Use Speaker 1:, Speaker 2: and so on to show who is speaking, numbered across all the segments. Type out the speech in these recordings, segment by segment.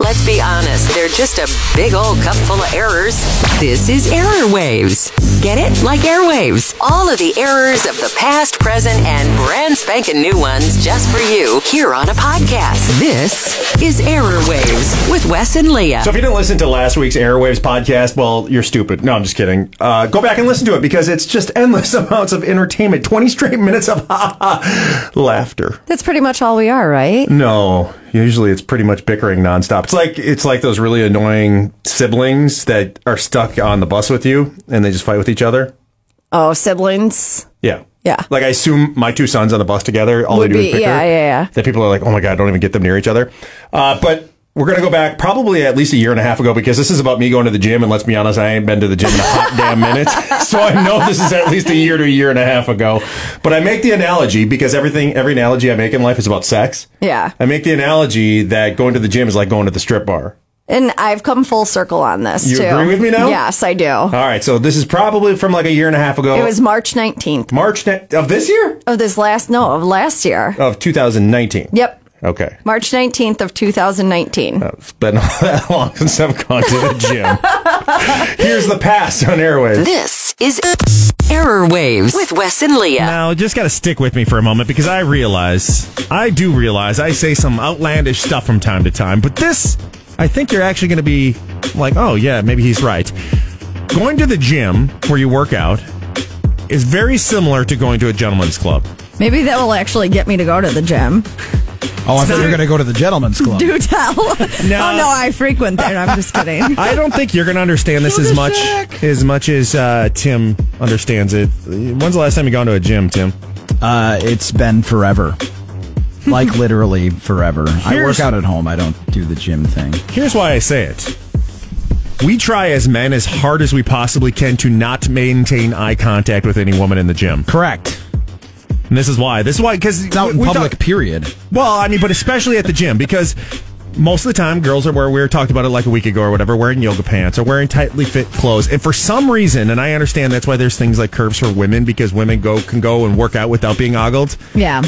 Speaker 1: Let's be honest, they're just a big old cup full of errors. This is Error Waves. Get it? Like airwaves. All of the errors of the past, present, and brand spanking new ones just for you here on a podcast. This is Error Waves with Wes and Leah.
Speaker 2: So if you didn't listen to last week's Airwaves podcast, well, you're stupid. No, I'm just kidding. Uh, go back and listen to it because it's just endless amounts of entertainment. 20 straight minutes of ha ha laughter.
Speaker 3: That's pretty much all we are, right?
Speaker 2: No, usually it's pretty much bickering nonstop. It's like it's like those really annoying siblings that are stuck on the bus with you and they just fight with each other.
Speaker 3: Oh, siblings.
Speaker 2: Yeah.
Speaker 3: Yeah.
Speaker 2: Like I assume my two sons on the bus together, all
Speaker 3: Would
Speaker 2: they do
Speaker 3: be-
Speaker 2: is bicker.
Speaker 3: yeah, yeah, yeah.
Speaker 2: That people are like, oh my god, don't even get them near each other. Uh, but we're gonna go back probably at least a year and a half ago because this is about me going to the gym. And let's be honest, I ain't been to the gym in a hot damn minute, so I know this is at least a year to a year and a half ago. But I make the analogy because everything, every analogy I make in life is about sex.
Speaker 3: Yeah.
Speaker 2: I make the analogy that going to the gym is like going to the strip bar.
Speaker 3: And I've come full circle on this
Speaker 2: You
Speaker 3: too.
Speaker 2: agree with me now? Uh,
Speaker 3: Yes, I do.
Speaker 2: All right, so this is probably from like a year and a half ago.
Speaker 3: it was March 19th
Speaker 2: March ne- of this year
Speaker 3: of this last, no, of last year.
Speaker 2: of 2019.
Speaker 3: Yep.
Speaker 2: Okay.
Speaker 3: March 19th of 2019.
Speaker 2: It's been that long since I've gone to the gym. Here's the past on airwaves.
Speaker 1: This is Error Waves with Wes and Leah.
Speaker 4: Now, just got to stick with me for a moment because I realize, I do realize, I say some outlandish stuff from time to time, but this, I think you're actually going to be like, oh, yeah, maybe he's right. Going to the gym where you work out is very similar to going to a gentleman's club.
Speaker 3: Maybe that will actually get me to go to the gym.
Speaker 5: Oh, I thought you were going to go to the gentleman's club.
Speaker 3: Do tell.
Speaker 4: No.
Speaker 3: Oh, no, I frequent there. I'm just kidding.
Speaker 4: I don't think you're going to understand this as much as much as uh, Tim understands it. When's the last time you gone to a gym, Tim?
Speaker 5: Uh, it's been forever. Like literally forever. I
Speaker 4: Here's-
Speaker 5: work out at home. I don't do the gym thing.
Speaker 4: Here's why I say it. We try as men as hard as we possibly can to not maintain eye contact with any woman in the gym.
Speaker 5: Correct.
Speaker 4: And this is why. This is why because
Speaker 5: It's out in public, period.
Speaker 4: well, I mean, but especially at the gym because most of the time girls are where we were talked about it like a week ago or whatever, wearing yoga pants or wearing tightly fit clothes. And for some reason, and I understand that's why there's things like curves for women because women go can go and work out without being ogled.
Speaker 3: yeah.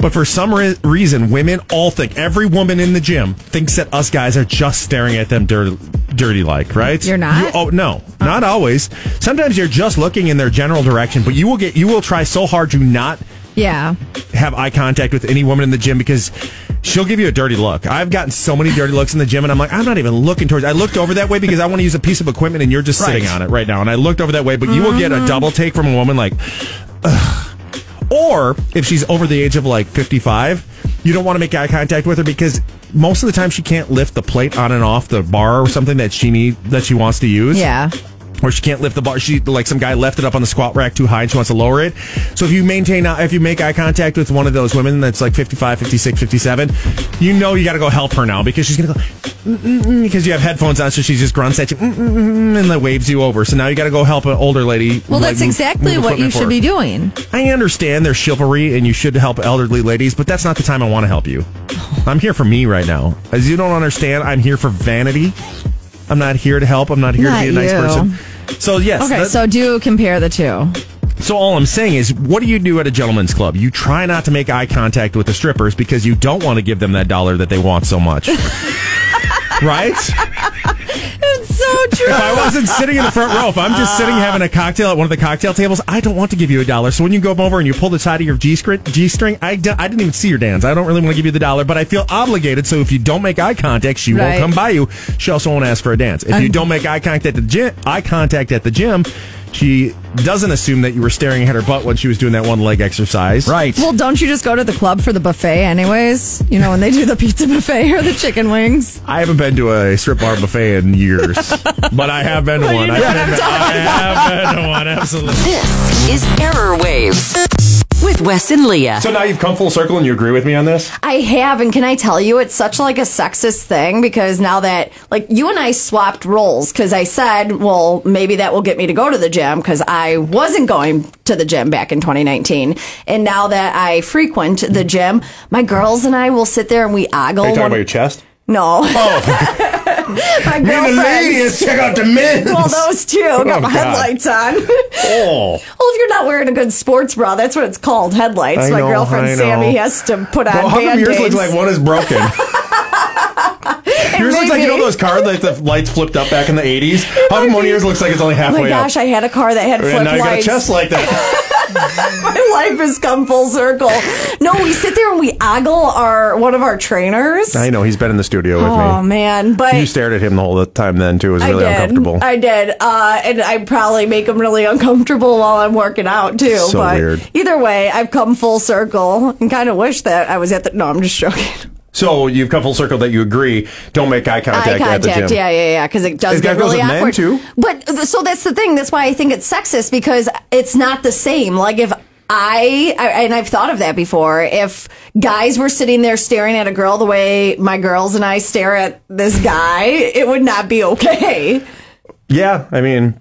Speaker 4: But for some re- reason, women all think every woman in the gym thinks that us guys are just staring at them dirty, dirty like, right?
Speaker 3: You're not?
Speaker 4: You- oh no, not always. Sometimes you're just looking in their general direction, but you will get you will try so hard to not
Speaker 3: Yeah.
Speaker 4: have eye contact with any woman in the gym because she'll give you a dirty look. I've gotten so many dirty looks in the gym, and I'm like, I'm not even looking towards. I looked over that way because I want to use a piece of equipment, and you're just
Speaker 5: Right.
Speaker 4: sitting on it right now. And I looked over that way, but you will get a double take from a woman like, "Ugh." or if she's over the age of like 55, you don't want to make eye contact with her because. Most of the time, she can't lift the plate on and off the bar or something that she need that she wants to use
Speaker 3: Yeah.
Speaker 4: or she can't lift the bar. She like some guy left it up on the squat rack too high and she wants to lower it. So if you maintain uh, if you make eye contact with one of those women that's like 55, 56, 57, you know you got to go help her now because she's going to go "Mm-mm-mm," because you have headphones on so she just grunts at you "Mm-mm-mm," and then waves you over. So now you got to go help an older lady.
Speaker 6: Well,
Speaker 4: like,
Speaker 6: that's
Speaker 4: move-
Speaker 6: exactly
Speaker 4: move
Speaker 6: what you
Speaker 4: equipment
Speaker 6: should be
Speaker 4: forward.
Speaker 6: doing.
Speaker 4: I understand there's chivalry and you should help elderly ladies, but that's not the time I want to help you. I'm here for me right now. As you don't understand, I'm here for vanity. I'm not here to help. I'm not here
Speaker 6: Not
Speaker 4: to be a nice
Speaker 6: you.
Speaker 4: person. So yes,
Speaker 3: Okay,
Speaker 4: that-
Speaker 3: so do compare the two.
Speaker 4: so all I'm saying is, what do you do at a gentleman's club? You try not to make eye contact with the strippers because you don't want to give them that dollar that they want so much. right? If
Speaker 3: So true. Uh.
Speaker 4: I wasn't sitting in the front row, if I'm just sitting having a cocktail at one of the cocktail tables, I don't want to give you a dollar. So when you go over and you pull the side of your G string, G string, I, d- I didn't even see your dance. I don't really want to give you the dollar, but I feel obligated. So if you don't make eye contact, she won't
Speaker 3: Right.
Speaker 4: come by you. She also won't ask for a dance. If you don't make eye contact at the gym, eye contact at the gym, she doesn't assume that you were staring at her butt when she was doing that one leg exercise.
Speaker 5: Right.
Speaker 3: Well, don't you just go to the club for the buffet, anyways? You know, when they do the pizza buffet or the chicken wings.
Speaker 4: I haven't been to a strip bar buffet in years, but I have been to one. I, have been, I have been to one. Absolutely.
Speaker 1: This is Error Waves with Wes and Leah.
Speaker 2: So now you've come full circle and you agree with me on this?
Speaker 3: I have, and can I tell you, it's such like a sexist thing because now that like you and I swapped roles because I said, well, maybe that will get me to go to the gym because I wasn't going to the gym back in 2019, and now that I frequent the gym, my girls and I will sit there and we ogle.
Speaker 2: Are you talking
Speaker 3: one-
Speaker 2: about your chest?
Speaker 3: Oh, no,
Speaker 2: Oh,
Speaker 3: my
Speaker 2: me and the
Speaker 3: girlfriends.
Speaker 2: ladies, check out the men.
Speaker 3: Well, those two got
Speaker 2: Oh,
Speaker 3: my
Speaker 2: God.
Speaker 3: headlights on.
Speaker 2: Oh.
Speaker 3: Well, if you're not wearing a good sports bra, that's what it's called, headlights.
Speaker 4: I
Speaker 3: My
Speaker 4: know, I
Speaker 3: girlfriend
Speaker 4: know.
Speaker 3: Sammy has to put on
Speaker 2: Well, how come yours
Speaker 3: band-aids.
Speaker 2: looks like one is broken? yours looks like you
Speaker 3: maybe-
Speaker 2: don't
Speaker 4: those cars that the lights flipped up back in the 80s? How come one of yours looks like it's only
Speaker 3: Oh
Speaker 4: halfway
Speaker 3: my gosh,
Speaker 4: up?
Speaker 3: I had a car that had
Speaker 4: and
Speaker 3: flip
Speaker 4: now you got a
Speaker 3: lights.
Speaker 4: chest like that.
Speaker 3: My life has come full circle. No, we sit there and we ogle our one of our trainers.
Speaker 4: I know. He's been in the studio with
Speaker 3: Oh
Speaker 4: me.
Speaker 3: man, but
Speaker 4: You stared at him the whole time then, too. It was
Speaker 3: I
Speaker 4: really
Speaker 3: did.
Speaker 4: uncomfortable.
Speaker 3: I did, uh, and I probably make them really uncomfortable while I'm working out too.
Speaker 4: So
Speaker 3: but
Speaker 4: weird.
Speaker 3: either way, I've come full circle and kind of wish that I was at the. No, I'm just joking.
Speaker 4: so you've come full circle that you agree. Don't make eye contact,
Speaker 3: Eye
Speaker 4: at the gym.
Speaker 3: contact, yeah, yeah, yeah, because it does
Speaker 4: It
Speaker 3: get
Speaker 4: goes
Speaker 3: really
Speaker 4: with men,
Speaker 3: awkward.
Speaker 4: too?
Speaker 3: But th- so that's the thing. That's why I think it's sexist because it's not the same. Like if I, I and I've thought of that before. If guys were sitting there staring at a girl the way my girls and I stare at this guy, it would not be okay.
Speaker 4: Yeah, I mean,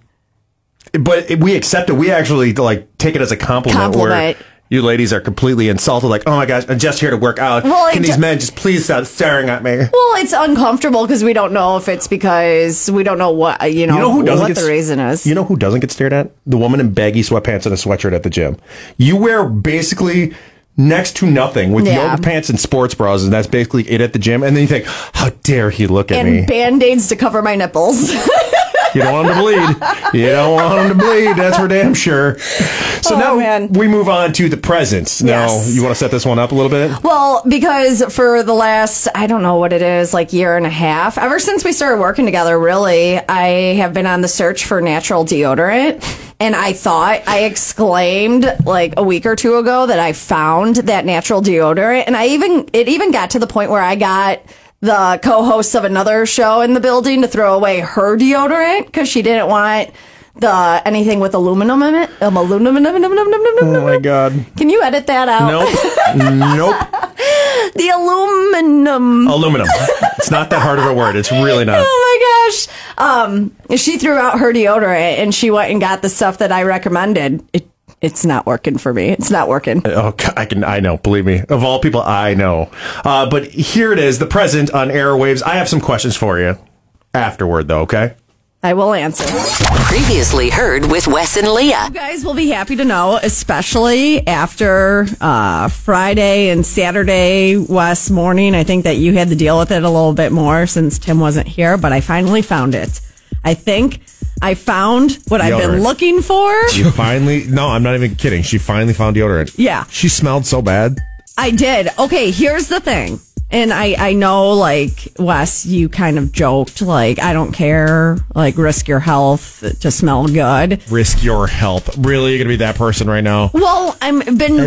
Speaker 4: but we accept it. We actually like take it as a compliment.
Speaker 3: Compliment.
Speaker 4: Where you ladies are completely insulted. Like, oh my gosh, I'm just here to work out.
Speaker 3: Well,
Speaker 4: Can
Speaker 3: it
Speaker 4: these
Speaker 3: ju-
Speaker 4: men just please stop staring at me?
Speaker 3: Well, it's uncomfortable because we don't know if it's because we don't know what you know,
Speaker 4: You know who doesn't
Speaker 3: what
Speaker 4: get
Speaker 3: the reason is.
Speaker 4: You know who doesn't get stared at? The woman in baggy sweatpants and a sweatshirt at the gym. You wear basically next to nothing with
Speaker 3: Yeah.
Speaker 4: yoga pants and sports bras, and that's basically it at the gym. And then you think, how dare he look at me?
Speaker 3: and band aids to cover my nipples.
Speaker 4: You don't want them to bleed. You don't want them to bleed. That's for damn sure. So
Speaker 3: Oh,
Speaker 4: now
Speaker 3: man.
Speaker 4: we move on to the presents. Now
Speaker 3: Yes.
Speaker 4: you want to set this one up a little bit.
Speaker 3: Well, because for the last, I don't know what it is, like year and a half, ever since we started working together, really, I have been on the search for natural deodorant. And I thought, I exclaimed like a week or two ago that I found that natural deodorant. And I even, it even got to the point where I got the co host of another show in the building to throw away her deodorant because she didn't want the anything with aluminum in it. Um, aluminum.
Speaker 4: Oh my god.
Speaker 3: Can you edit that out?
Speaker 4: Nope. nope.
Speaker 3: The aluminum.
Speaker 4: Aluminum. It's not that hard of a word. It's really not.
Speaker 3: Oh my gosh. Um, she threw out her deodorant and she went and got the stuff that I recommended. It, it's not working for me. It's not working.
Speaker 4: Oh, God, I can. I know. Believe me. Of all people, I know. Uh, but here it is. The present on airwaves. I have some questions for you afterward, though. Okay.
Speaker 3: I will answer.
Speaker 1: Previously heard with Wes and Leah.
Speaker 3: You guys will be happy to know, especially after uh, Friday and Saturday West morning. I think that you had to deal with it a little bit more since Tim wasn't here, but I finally found it. I think I found what I've been
Speaker 4: Deodorant.
Speaker 3: looking for.
Speaker 7: She finally, no, I'm not even kidding. She finally found deodorant.
Speaker 3: Yeah.
Speaker 7: She smelled so bad.
Speaker 3: I did. Okay, here's the thing. And I, I know, like, Wes, you kind of joked, like, I don't care, like, risk your health to smell good.
Speaker 7: Risk your help. Really, you're going to be that person right now?
Speaker 3: Well, I've been.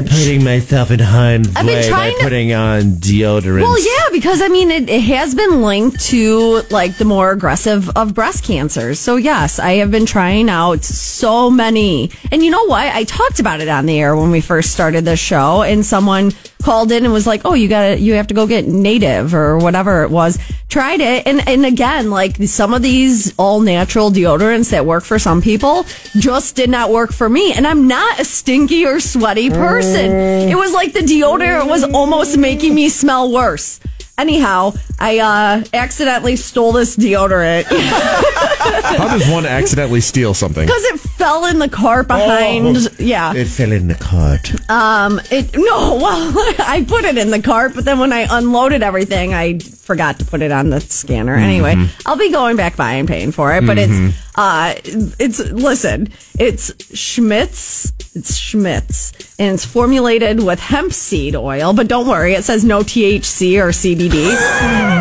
Speaker 7: myself in harm's
Speaker 3: I've been way by trying to-
Speaker 7: putting on deodorant.
Speaker 3: Well, yeah, because I mean, it, it has been linked to, like, the more aggressive of breast cancers. So, yes, I have been trying out so many. And you know what? I talked about it on the air when we first started the show, and someone called in and was like, oh, you gotta, you have to go get native or whatever it was. tried it and and again like some of these all natural deodorants that work for some people just did not work for me and i'm not a stinky or sweaty person it was like the deodorant was almost making me smell worse anyhow i uh accidentally stole this deodorant because
Speaker 7: How does one accidentally steal something?
Speaker 3: it fell in the cart behind yeah
Speaker 7: fell in the cart.
Speaker 3: Um, it no. Well, I put it in the cart, but then when I unloaded everything, I forgot to put it on the scanner. Anyway, I'll be going back by and paying for it. But it's uh, it's listen, it's Schmitz, it's Schmitz, and it's formulated with hemp seed oil. But don't worry, it says no THC or CBD.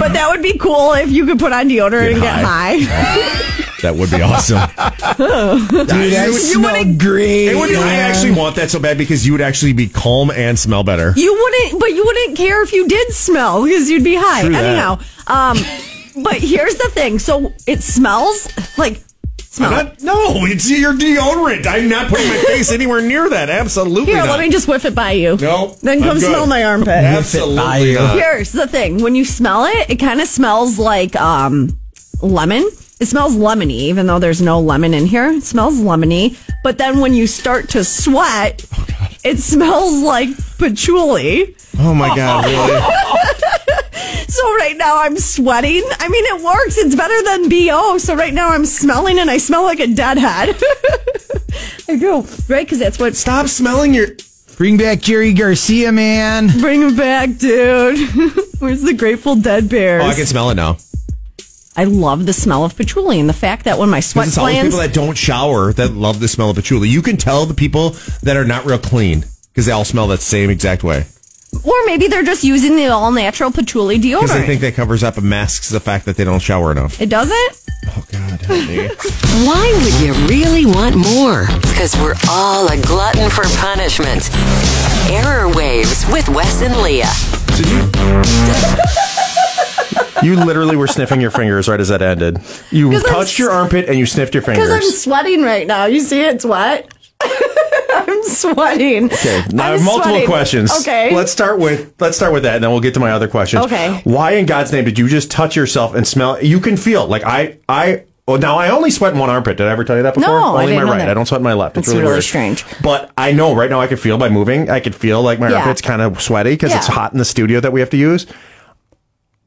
Speaker 3: but that would be cool if you could put on deodorant and get
Speaker 7: high.
Speaker 3: high.
Speaker 7: That would be awesome.
Speaker 5: Dude, I smell great.
Speaker 7: It would be- I
Speaker 5: man.
Speaker 7: actually want that so bad because you would actually be calm and smell better.
Speaker 3: You wouldn't, but you wouldn't care if you did smell because you'd be high.
Speaker 7: True that.
Speaker 3: Anyhow, um, but here's the thing. So it smells like smell.
Speaker 7: Not- no, it's your deodorant. I'm not putting my face anywhere near that. Absolutely
Speaker 3: Here,
Speaker 7: not.
Speaker 3: let me just whiff it by you.
Speaker 7: No,
Speaker 3: Then
Speaker 7: I'm
Speaker 3: come
Speaker 7: good.
Speaker 3: smell my armpit.
Speaker 5: By
Speaker 7: Absolutely
Speaker 5: you.
Speaker 7: not.
Speaker 3: here's the thing. When you smell it, it kind of smells like um lemon. It smells lemony, even though there's no lemon in here. It smells lemony. But then when you start to sweat, it smells like patchouli.
Speaker 7: Oh my god, really?
Speaker 3: So right now I'm sweating. I mean, it works. It's better than BO. So right now I'm smelling and I smell like a deadhead. I do. Right? Because that's what
Speaker 7: Stop smelling your.
Speaker 5: Bring back Jerry Garcia, man.
Speaker 3: bring him back, dude. Where's the Grateful Dead bears?
Speaker 7: Oh, I can smell it now.
Speaker 3: I I love the smell of patchouli and the fact that when my sweat
Speaker 7: Because it's all the
Speaker 3: glands.
Speaker 7: people that don't shower that love the smell of patchouli. You can tell the people that are not real clean because they all smell that same exact way.
Speaker 3: Or maybe they're just using the all natural patchouli
Speaker 7: Because
Speaker 3: deodorant.
Speaker 7: they think that covers up and masks the fact that they don't shower enough.
Speaker 3: it doesn't?
Speaker 7: Oh God, honey.
Speaker 1: Why would you really want more? Because we're all a glutton for punishment. Error Waves with Wes and Leah.
Speaker 4: You literally were sniffing your fingers right as that ended. You
Speaker 3: 'Cause I'm
Speaker 4: touched your armpit and you sniffed your fingers.
Speaker 3: Because I'm sweating right now. You see, it's wet. I'm sweating. Okay,
Speaker 4: Now, I have multiple questions.
Speaker 3: Okay.
Speaker 4: Let's start with let's start with that, and then we'll get to my other questions.
Speaker 3: Okay.
Speaker 4: Why in God's name did you just touch yourself and smell? You can feel like I I. Well, now I only sweat in one armpit. Did I ever tell you that before?
Speaker 3: No, I
Speaker 4: only
Speaker 3: didn't
Speaker 4: my
Speaker 3: know
Speaker 4: right.
Speaker 3: that.
Speaker 4: I don't sweat in my left. It's,
Speaker 3: That's
Speaker 4: really,
Speaker 3: really
Speaker 4: weird.
Speaker 3: strange.
Speaker 4: But I know right now I can feel by moving. I can feel like my
Speaker 3: Yeah.
Speaker 4: armpit's kind of sweaty because it's
Speaker 3: Yeah.
Speaker 4: hot in the studio that we have to use.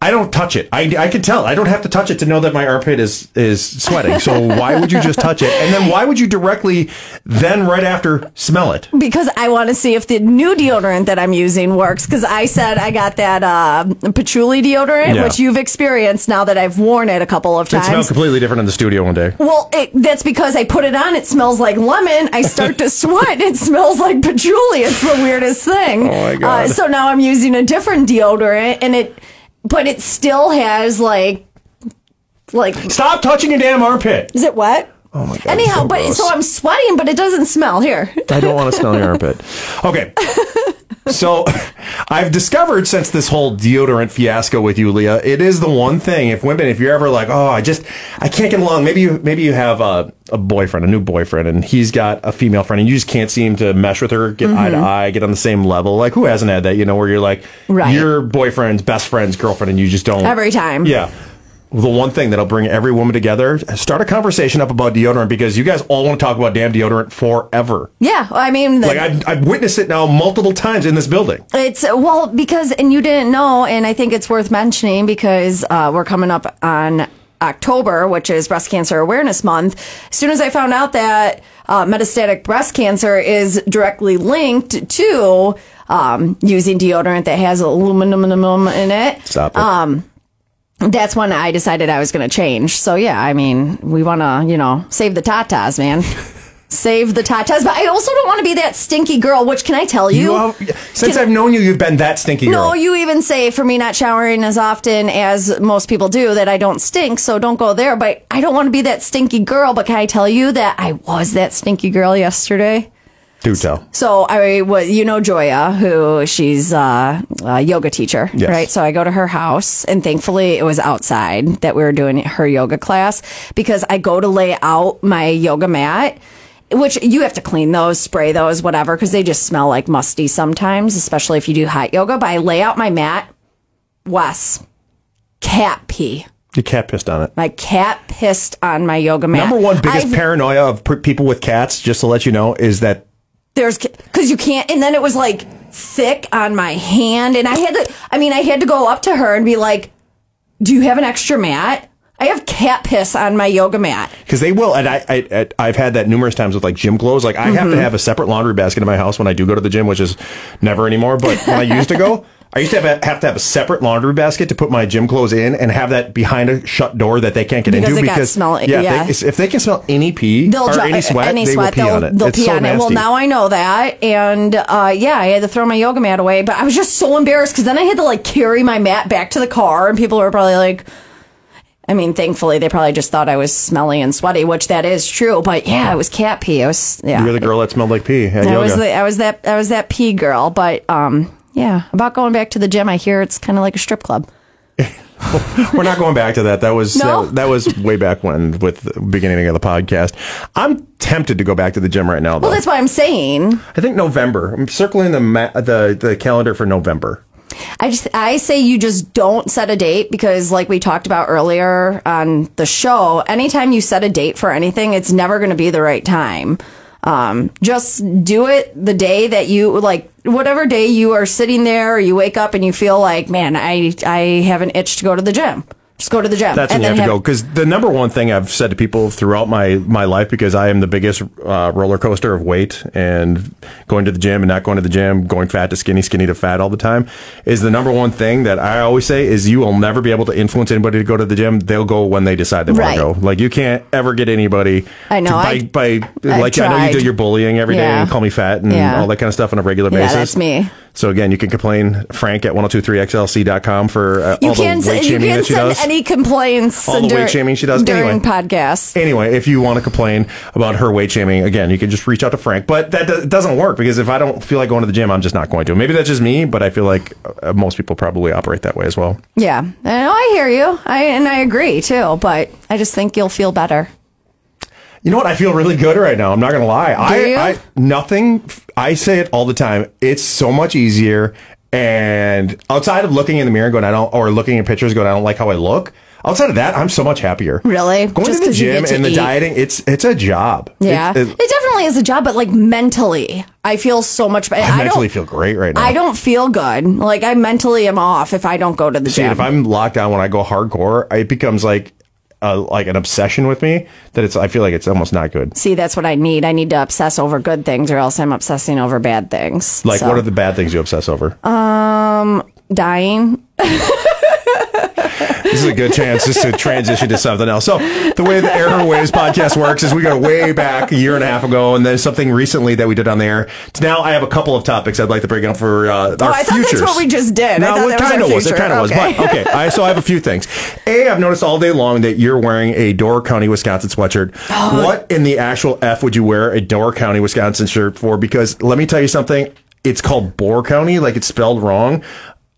Speaker 4: I don't touch it. I, I can tell. I don't have to touch it to know that my armpit is is sweating. So why would you just touch it? And then why would you directly then right after smell it?
Speaker 3: because I want to see if the new deodorant that I'm using works. Because I said I got that uh, patchouli deodorant,
Speaker 4: Yeah.
Speaker 3: which you've experienced now that I've worn it a couple of
Speaker 4: It smelled
Speaker 3: times.
Speaker 4: completely different in the studio one day.
Speaker 3: well, it, that's because I put it on. It smells like lemon. I start to sweat. It smells like patchouli. It's the weirdest thing.
Speaker 4: Oh, my God.
Speaker 3: Uh, so now I'm using a different deodorant, and it, but it still has like, like
Speaker 4: Stop touching your damn armpit.
Speaker 3: Is it wet?
Speaker 4: Oh my god.
Speaker 3: Anyhow, but so I'm sweating, but it doesn't smell here.
Speaker 4: I don't want to smell your armpit. Okay. So I've discovered since this whole deodorant fiasco with you, Leah, it is the one thing if women, if you're ever like, oh, I just, I can't get along. Maybe you, maybe you have a, a boyfriend, a new boyfriend, and he's got a female friend and you just can't seem to mesh with her, get eye to
Speaker 3: Mm-hmm.
Speaker 4: eye, get on the same level. Like who hasn't had that, you know, where you're like,
Speaker 3: Right.
Speaker 4: your boyfriend's best friend's girlfriend and you just don't.
Speaker 3: Every time.
Speaker 4: Yeah. The one thing that'll bring every woman together, start a conversation up about deodorant because you guys all want to talk about damn deodorant forever.
Speaker 3: Yeah, I mean, the-
Speaker 4: Like I've, I've witnessed it now multiple times in this building.
Speaker 3: it's well because and you didn't know, and I think it's worth mentioning because uh, we're coming up on October, which is Breast Cancer Awareness Month. As soon as I found out that uh, metastatic breast cancer is directly linked to um, using deodorant that has aluminum in it,
Speaker 4: Stop it.
Speaker 3: that's when I decided I was going to change. So yeah, I mean, we want to, you know, save the tatas, man. save the tatas, but I also don't want to be that stinky girl. Which can I tell you?
Speaker 4: you have, since I've known you, you've been that stinky girl.
Speaker 3: no, you even say for me not showering as often as most people do that I don't stink, so don't go there. But I don't want to be that stinky girl. But can I tell you that I was that stinky girl yesterday?
Speaker 4: Do tell.
Speaker 3: So I was, you know, Joya, who she's uh, a yoga teacher,
Speaker 4: Yes.
Speaker 3: right? So I go to her house, and thankfully it was outside that we were doing her yoga class because I go to lay out my yoga mat, which you have to clean those, spray those, whatever, because they just smell like musty sometimes, especially if you do hot yoga. But I lay out my mat, Wes, cat pee.
Speaker 4: Your cat pissed on it.
Speaker 3: My cat pissed on my yoga mat.
Speaker 4: Number one biggest
Speaker 3: I've-
Speaker 4: paranoia of p- people with cats, just to let you know, is that
Speaker 3: there's because you can't and then it was like thick on my hand and i had to i mean i had to go up to her and be like do you have an extra mat i have cat piss on my yoga mat
Speaker 4: because they will, and I, I, I I've had that numerous times with like gym clothes. Like I have
Speaker 3: Mm-hmm.
Speaker 4: to have a separate laundry basket in my house when I do go to the gym, which is never anymore. But when I used to go. I used to have, a, have to have a separate laundry basket to put my gym clothes in, and have that behind a shut door that they can't get
Speaker 3: Because
Speaker 4: into
Speaker 3: it got
Speaker 4: because
Speaker 3: smell-
Speaker 4: if they- if they can smell any pee or
Speaker 3: dro-
Speaker 4: any sweat, they will pee
Speaker 3: uh, they'll,
Speaker 4: on it.
Speaker 3: they'll
Speaker 4: It's
Speaker 3: pee
Speaker 4: so
Speaker 3: on it. Well,
Speaker 4: nasty.
Speaker 3: now I know that, and uh, yeah, I had to throw my yoga mat away. But I was just so embarrassed because then I had to like carry my mat back to the car, and people were probably like. I mean, thankfully, they probably just thought I was smelly and sweaty, which that is true. But yeah, it was cat pee. I was yeah.
Speaker 4: You're the girl that smelled like pee at
Speaker 3: I
Speaker 4: yoga.
Speaker 3: was the, I was that I was that pee girl, but um yeah, about going back to the gym, I hear it's kind of like a strip club.
Speaker 4: We're not going back to that. That was uh,
Speaker 3: No?
Speaker 4: that, that was way back when with the beginning of the podcast. I'm tempted to go back to the gym right now though.
Speaker 3: Well, that's what I'm saying.
Speaker 4: I think November. I'm circling the ma- the the calendar for November.
Speaker 3: I just I say you just don't set a date because like we talked about earlier on the show, anytime you set a date for anything, it's never going to be the right time. Um, just do it the day that you like whatever day you are sitting there or you wake up and you feel like, man, I I have an itch to go to the gym. Just go to the gym.
Speaker 4: That's when
Speaker 3: and
Speaker 4: you have
Speaker 3: then
Speaker 4: to go because the number one thing I've said to people throughout my my life because I am the biggest uh, roller coaster of weight and going to the gym and not going to the gym, going fat to skinny, skinny to fat all the time is the number one thing that I always say is you will never be able to influence anybody to go to the gym. They'll go when they decide they
Speaker 3: Right.
Speaker 4: want to go. Like you can't ever get anybody.
Speaker 3: I know,
Speaker 4: to- by,
Speaker 3: I-
Speaker 4: by
Speaker 3: I've
Speaker 4: like I know you
Speaker 3: tried.
Speaker 4: do your bullying every day
Speaker 3: Yeah.
Speaker 4: and call me fat and
Speaker 3: Yeah.
Speaker 4: all that kind of stuff on a regular
Speaker 3: Yeah,
Speaker 4: basis.
Speaker 3: that's me.
Speaker 4: So again, you can complain Frank at 1023xlc.com for uh,
Speaker 3: You
Speaker 4: all the
Speaker 3: can,
Speaker 4: weight
Speaker 3: send, you
Speaker 4: shaming
Speaker 3: can
Speaker 4: that she
Speaker 3: send
Speaker 4: does.
Speaker 3: any complaints
Speaker 4: All the
Speaker 3: dur-
Speaker 4: weight shaming she does.
Speaker 3: during
Speaker 4: Anyway.
Speaker 3: podcasts.
Speaker 4: Anyway, if you want to complain about her weight shaming, again, you can just reach out to Frank. But that do- doesn't work because if I don't feel like going to the gym, I'm just not going to. Maybe that's just me, but I feel like uh, most people probably operate that way as well.
Speaker 3: Yeah, I know, I hear you, I and I agree too. But I just think you'll feel better.
Speaker 4: You know what? I feel really good right now. I'm not going to lie. I,
Speaker 3: you?
Speaker 4: I nothing. I say it all the time. It's so much easier. And outside of looking in the mirror, and going I don't, or looking at pictures, going I don't like how I look. Outside of that, I'm so much happier.
Speaker 3: Really?
Speaker 4: Going to
Speaker 3: Just
Speaker 4: the
Speaker 3: 'cause you
Speaker 4: gym
Speaker 3: get to
Speaker 4: and the
Speaker 3: eat.
Speaker 4: dieting, it's it's a job.
Speaker 3: Yeah,
Speaker 4: It-
Speaker 3: it,
Speaker 4: it-
Speaker 3: definitely is a job, but like mentally, I feel so much better.
Speaker 4: I,
Speaker 3: I,
Speaker 4: mentally
Speaker 3: don't
Speaker 4: feel great right now.
Speaker 3: I don't feel good. Like I mentally am off if I don't go to the
Speaker 4: See,
Speaker 3: gym.
Speaker 4: if I'm locked down when I go hardcore, it becomes like a, like an obsession with me that it's I feel like it's almost not good.
Speaker 3: See, that's what I need. I need to obsess over good things, or else I'm obsessing over bad things.
Speaker 4: Like,
Speaker 3: So, Uh, um,
Speaker 4: what are the bad things you obsess over?
Speaker 3: dying?
Speaker 4: This is a good chance just to transition to something else. So the way the Airwaves podcast works is we go way back a year and a half ago, and then something recently that we did on the air. So now I have a couple of topics I'd like to bring up for uh, our
Speaker 3: Oh, I thought that's
Speaker 4: futures.
Speaker 3: what we just did. I
Speaker 4: No,
Speaker 3: thought
Speaker 4: it
Speaker 3: that was our
Speaker 4: kind of was. It
Speaker 3: future.
Speaker 4: kind of was.
Speaker 3: Okay.
Speaker 4: But okay, I, so I have a few things. A, I've noticed all day long that you're wearing a Door County, Wisconsin sweatshirt. What in the actual f would you wear a Door County, Wisconsin shirt for? Because let me tell you something. It's called Boar County, like it's spelled wrong.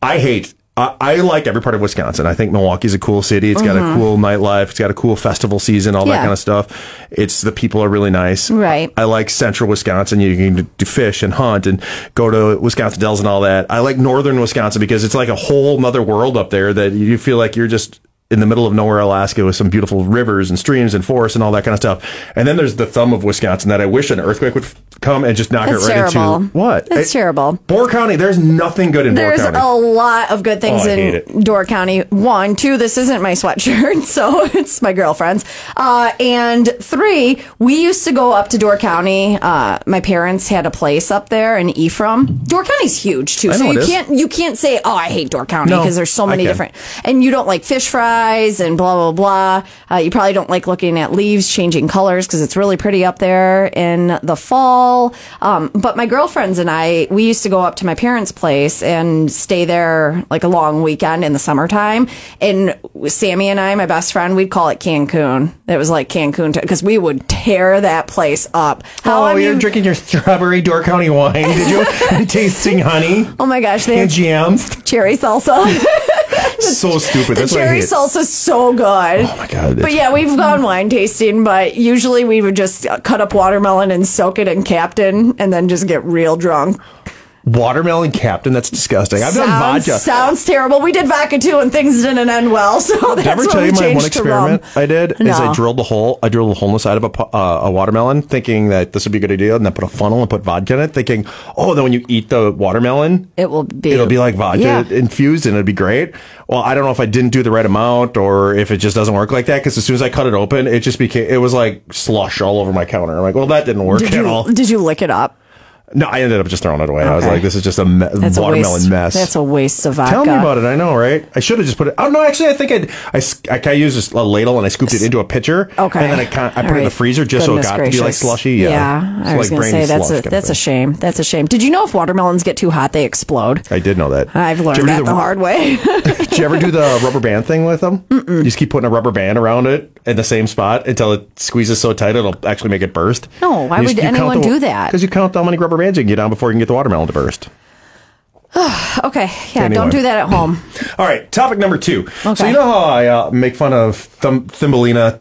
Speaker 4: I hate. I, I like every part of Wisconsin. I think Milwaukee's a cool city. It's got a cool nightlife. It's got a cool festival season. All that
Speaker 3: Yeah.
Speaker 4: kind of stuff. It's the people are really nice.
Speaker 3: Right.
Speaker 4: I like central Wisconsin. You can do fish and hunt and go to Wisconsin Dells and all that. I like northern Wisconsin because it's like a whole nother world up there that you feel like you're just in the middle of nowhere, Alaska, with some beautiful rivers and streams and forests and all that kind of stuff. And then there's the thumb of Wisconsin that I wish an earthquake would f- come and just knock
Speaker 3: That's
Speaker 4: it right
Speaker 3: terrible.
Speaker 4: into what?
Speaker 3: That's
Speaker 4: I-
Speaker 3: terrible.
Speaker 4: Boar County. There's nothing good in
Speaker 3: There's
Speaker 4: Boar County.
Speaker 3: a lot of good things
Speaker 4: Oh, I hate
Speaker 3: in
Speaker 4: it.
Speaker 3: Door County. One, two, this isn't my sweatshirt, so it's my girlfriend's. Uh, and three, we used to go up to Door County. Uh, my parents had a place up there in Ephraim. Door County's huge too,
Speaker 4: I
Speaker 3: so
Speaker 4: know it
Speaker 3: you
Speaker 4: is.
Speaker 3: can't you can't say oh I hate Door County
Speaker 4: No,
Speaker 3: because there's so
Speaker 4: I
Speaker 3: many
Speaker 4: can.
Speaker 3: different and you don't like fish fries and blah blah blah. Uh, you probably don't like looking at leaves changing colors because it's really pretty up there in the fall. Um, but my girlfriends and I, we used to go up to my parents' place and stay there like a long weekend in the summertime. And Sammy and I, my best friend, we'd call it Cancun. It was like Cancun because we would tear that place up. How
Speaker 4: Oh,
Speaker 3: have
Speaker 4: you're
Speaker 3: you-
Speaker 4: drinking your strawberry Door County wine. Did you tasting honey
Speaker 3: Oh my gosh, they
Speaker 4: and
Speaker 3: had
Speaker 4: jams?
Speaker 3: cherry salsa.
Speaker 4: So stupid.
Speaker 3: The
Speaker 4: That's what I
Speaker 3: cherry
Speaker 4: hate.
Speaker 3: salsa's so good. Oh
Speaker 4: my God,
Speaker 3: But
Speaker 4: it's-
Speaker 3: yeah, we've gone wine tasting, but usually we would just uh, cut up watermelon and soak it in Captain, and then just get real drunk.
Speaker 4: Watermelon Captain. That's disgusting. I've done
Speaker 3: sounds,
Speaker 4: vodka.
Speaker 3: sounds terrible. We did vodka too, and things didn't end well. So that's
Speaker 4: Did I ever
Speaker 3: when
Speaker 4: tell
Speaker 3: we
Speaker 4: you my
Speaker 3: changed
Speaker 4: one
Speaker 3: to rum.
Speaker 4: experiment I did? Is I
Speaker 3: No.
Speaker 4: drilled a hole. I drilled a hole in the side of a, po- uh, a watermelon, thinking that this would be a good idea, and then put a funnel and put vodka in it, thinking, oh, then when you eat the watermelon,
Speaker 3: It will be.
Speaker 4: it'll be like vodka
Speaker 3: Yeah.
Speaker 4: infused, and it'd be great. Well, I don't know if I didn't do the right amount or if it just doesn't work like that. Because as soon as I cut it open, it just became it was like slush all over my counter. I'm like, well, that didn't work
Speaker 3: Did
Speaker 4: at
Speaker 3: you,
Speaker 4: all.
Speaker 3: did you lick it up?
Speaker 4: No, I ended up just throwing it away. I was
Speaker 3: Okay.
Speaker 4: like, this is just a me-
Speaker 3: That's
Speaker 4: watermelon
Speaker 3: a waste.
Speaker 4: mess.
Speaker 3: That's a waste of vodka.
Speaker 4: Tell me about it. I know, right? I should have just put it. Oh no, actually, I think I'd, I s- I kind of used this- a ladle and I scooped it into a pitcher.
Speaker 3: Okay.
Speaker 4: And then I kind I put it in the
Speaker 3: Alright.
Speaker 4: freezer just
Speaker 3: Goodness
Speaker 4: so it got
Speaker 3: gracious.
Speaker 4: to be like slushy. Yeah. It's
Speaker 3: I was
Speaker 4: like
Speaker 3: gonna
Speaker 4: brainy
Speaker 3: say that's
Speaker 4: slush
Speaker 3: a
Speaker 4: kinda
Speaker 3: that's a
Speaker 4: thing.
Speaker 3: shame. That's a shame. Did you know if watermelons get too hot, they explode?
Speaker 4: I did know that.
Speaker 3: I've
Speaker 4: Did you
Speaker 3: learned
Speaker 4: ever do
Speaker 3: that the, hard way.
Speaker 4: Did you ever do the rubber band thing with them? You just keep putting a rubber band around it in the same spot until it squeezes so tight it'll actually make it burst.
Speaker 3: No, why would anyone do that?
Speaker 4: Because you count how many rubber bands you can get on before you can get the watermelon to burst.
Speaker 3: okay, yeah,
Speaker 4: Anyway.
Speaker 3: don't do that at home.
Speaker 4: All right, topic number two. So
Speaker 3: Okay.
Speaker 4: you know how I uh, make fun of Thim- Thumbelina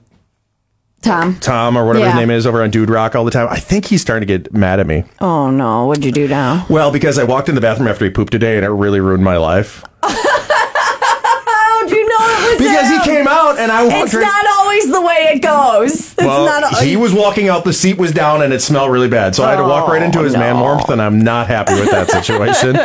Speaker 3: Tom.
Speaker 4: Tom or whatever his
Speaker 3: Yeah.
Speaker 4: name is over on Dude Rock all the time. I think he's starting to get mad at me.
Speaker 3: Oh no, what'd you do now?
Speaker 4: Well, because I walked in the bathroom after he pooped today and it really ruined my life.
Speaker 3: How'd Oh, you know it was
Speaker 4: Because he came out and I walked.
Speaker 3: It's
Speaker 4: right-
Speaker 3: not always the way it goes. It's
Speaker 4: well,
Speaker 3: not.
Speaker 4: he was walking out. The seat was down, and it smelled really bad. So I had to walk right into
Speaker 3: Oh,
Speaker 4: his man warmth, and I'm not happy with that situation.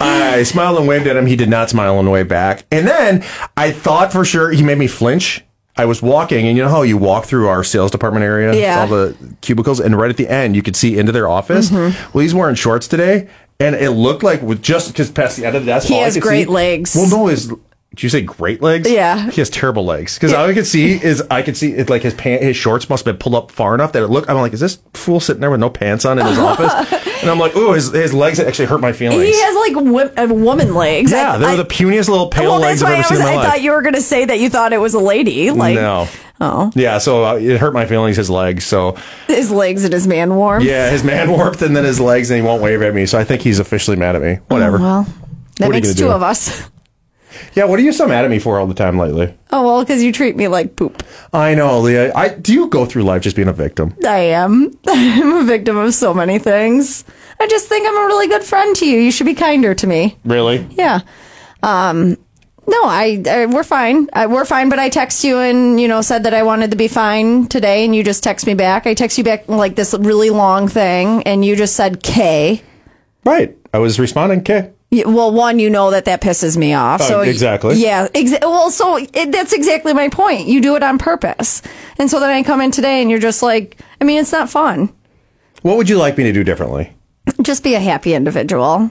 Speaker 4: I smiled and waved at him. He did not smile and wave back. And then I thought for sure he made me flinch. I was walking, and you know how you walk through our sales department area, with
Speaker 3: Yeah.
Speaker 4: all the cubicles, and right at the end you could see into their office.
Speaker 3: Mm-hmm.
Speaker 4: Well, he's wearing shorts today, and it looked like with just because past the end of the desk,
Speaker 3: He
Speaker 4: all I
Speaker 3: has
Speaker 4: could
Speaker 3: great
Speaker 4: see-
Speaker 3: legs.
Speaker 4: Well, no, his. Did you say great legs?
Speaker 3: Yeah.
Speaker 4: He has terrible legs because all I could see is I could see it like his pant, his shorts must have been pulled up far enough that it looked. I'm like, is this fool sitting there with no pants on in his office? And I'm like, ooh, his, his legs actually hurt my feelings.
Speaker 3: He has like wo- uh, woman legs.
Speaker 4: yeah,
Speaker 3: I-
Speaker 4: they're
Speaker 3: I-
Speaker 4: the puniest little pale
Speaker 3: well,
Speaker 4: legs
Speaker 3: that's
Speaker 4: I've
Speaker 3: why
Speaker 4: ever
Speaker 3: I
Speaker 4: seen
Speaker 3: was.
Speaker 4: in my
Speaker 3: I
Speaker 4: life.
Speaker 3: thought you were going to say that you thought it was a lady. Like
Speaker 4: no.
Speaker 3: Oh.
Speaker 4: Yeah, so uh, it hurt my feelings, his legs. So
Speaker 3: his legs and his man warm.
Speaker 4: yeah, his man warped and then his legs, and he won't wave at me. So I think he's officially mad at me. Whatever.
Speaker 3: Oh, Well, that
Speaker 4: What are you
Speaker 3: makes
Speaker 4: gonna
Speaker 3: two
Speaker 4: do?
Speaker 3: of us.
Speaker 4: yeah, what are you so mad at me for all the time lately?
Speaker 3: Oh well, because you treat me like poop.
Speaker 4: I know, Leah. I do you go through life just being a victim?
Speaker 3: I am. I'm a victim of so many things. I just think I'm a really good friend to you. You should be kinder to me.
Speaker 4: Really?
Speaker 3: Yeah. Um, no, I, I we're fine. I, we're fine. But I text you and you know said that I wanted to be fine today, and you just text me back. I text you back like this really long thing, and you just said K.
Speaker 4: Right. I was responding. Okay.
Speaker 3: Y- Well, one, you know that that pisses me off.
Speaker 4: Oh,
Speaker 3: So y-
Speaker 4: exactly.
Speaker 3: yeah. Exa- well, so it, that's exactly my point. You do it on purpose, and so then I come in today, and you're just like, I mean, it's not fun.
Speaker 4: What would you like me to do differently?
Speaker 3: Just be a happy individual.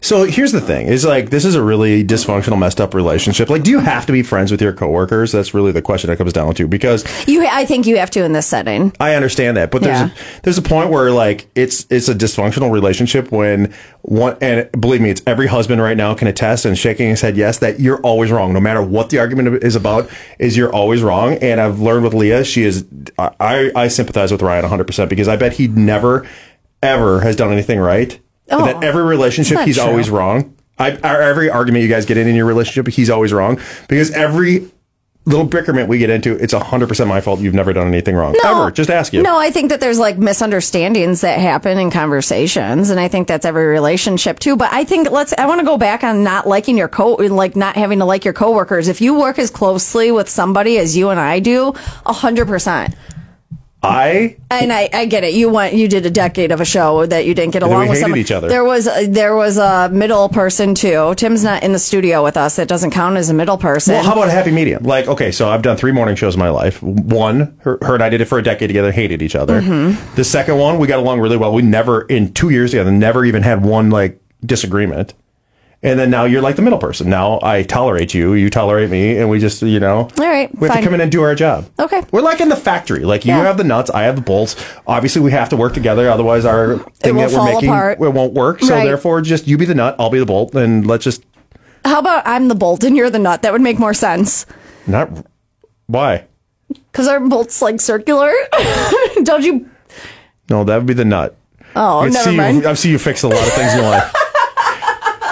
Speaker 4: So here's the thing: is like this is a really dysfunctional, messed up relationship. Like, do you have to be friends with your coworkers? That's really the question that comes down to. Because
Speaker 3: You, I think you have to in this setting.
Speaker 4: I understand that, but there's
Speaker 3: Yeah.
Speaker 4: a, there's a point where like it's it's a dysfunctional relationship when one and believe me, it's every husband right now can attest and shaking his head yes that you're always wrong no matter what the argument is about is you're always wrong. And I've learned with Leah, she is I I, I sympathize with Ryan 100 percent because I bet he never ever has done anything right.
Speaker 3: Oh,
Speaker 4: that every relationship
Speaker 3: that's not
Speaker 4: he's
Speaker 3: true.
Speaker 4: always wrong. I, our- every argument you guys get in in your relationship, he's always wrong because every little bickerment we get into, it's 100% my fault. You've never done anything wrong. Ever. Just ask you.
Speaker 3: No, I think that there's like misunderstandings that happen in conversations, and I think that's every relationship too. But I think let's. I want to go back on not liking your co, like not having to like your coworkers. If you work as closely with somebody as you and I do, a hundred percent.
Speaker 4: I,
Speaker 3: And I, I get it. You want you did a decade of a show that you didn't get
Speaker 4: then
Speaker 3: along
Speaker 4: we
Speaker 3: with.
Speaker 4: hated
Speaker 3: someone.
Speaker 4: each other.
Speaker 3: There was a, there was a middle person too. Tim's not in the studio with us. That doesn't count as a middle person.
Speaker 4: well, how about a happy medium? Like, okay, so I've done three morning shows in my life. One, her, her and I did it for a decade together, hated each other.
Speaker 3: Mm-hmm.
Speaker 4: The second one, we got along really well. We never, in two years together, never even had one like disagreement. And then now you're like the middle person. Now I tolerate you, you tolerate me, and we just, you know,
Speaker 3: All right,
Speaker 4: we have
Speaker 3: fine.
Speaker 4: to come in and do our job.
Speaker 3: Okay.
Speaker 4: We're like in the factory. Like you
Speaker 3: Yeah.
Speaker 4: have the nuts, I have the bolts. Obviously, we have to work together. Otherwise, our thing
Speaker 3: will
Speaker 4: that we're
Speaker 3: fall
Speaker 4: making
Speaker 3: apart.
Speaker 4: it won't work. So
Speaker 3: Right.
Speaker 4: therefore, just you be the nut, I'll be the bolt, and let's just
Speaker 3: how about I'm the bolt and you're the nut? That would make more sense.
Speaker 4: not. Why?
Speaker 3: Because our bolt's like circular. Don't you?
Speaker 4: No, that would be the nut.
Speaker 3: Oh,
Speaker 4: I
Speaker 3: never
Speaker 4: see
Speaker 3: mind.
Speaker 4: You, I've seen you fix a lot of things in your life.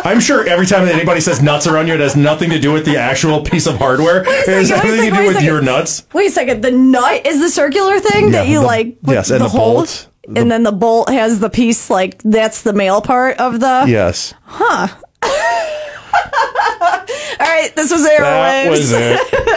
Speaker 4: I'm sure every time that anybody says nuts around you, it has nothing to do with the actual piece of hardware. It
Speaker 3: second,
Speaker 4: has
Speaker 3: wait a
Speaker 4: everything to
Speaker 3: second,
Speaker 4: do
Speaker 3: wait a
Speaker 4: with
Speaker 3: second.
Speaker 4: your nuts.
Speaker 3: Wait a second. The nut is the circular thing that
Speaker 4: Yeah,
Speaker 3: you
Speaker 4: the-
Speaker 3: like. with
Speaker 4: yes, and the
Speaker 3: hole,
Speaker 4: bolt. The-
Speaker 3: and then the bolt has the piece like that's the male part of the.
Speaker 4: Yes.
Speaker 3: All right, this was airwaves.
Speaker 4: That was it.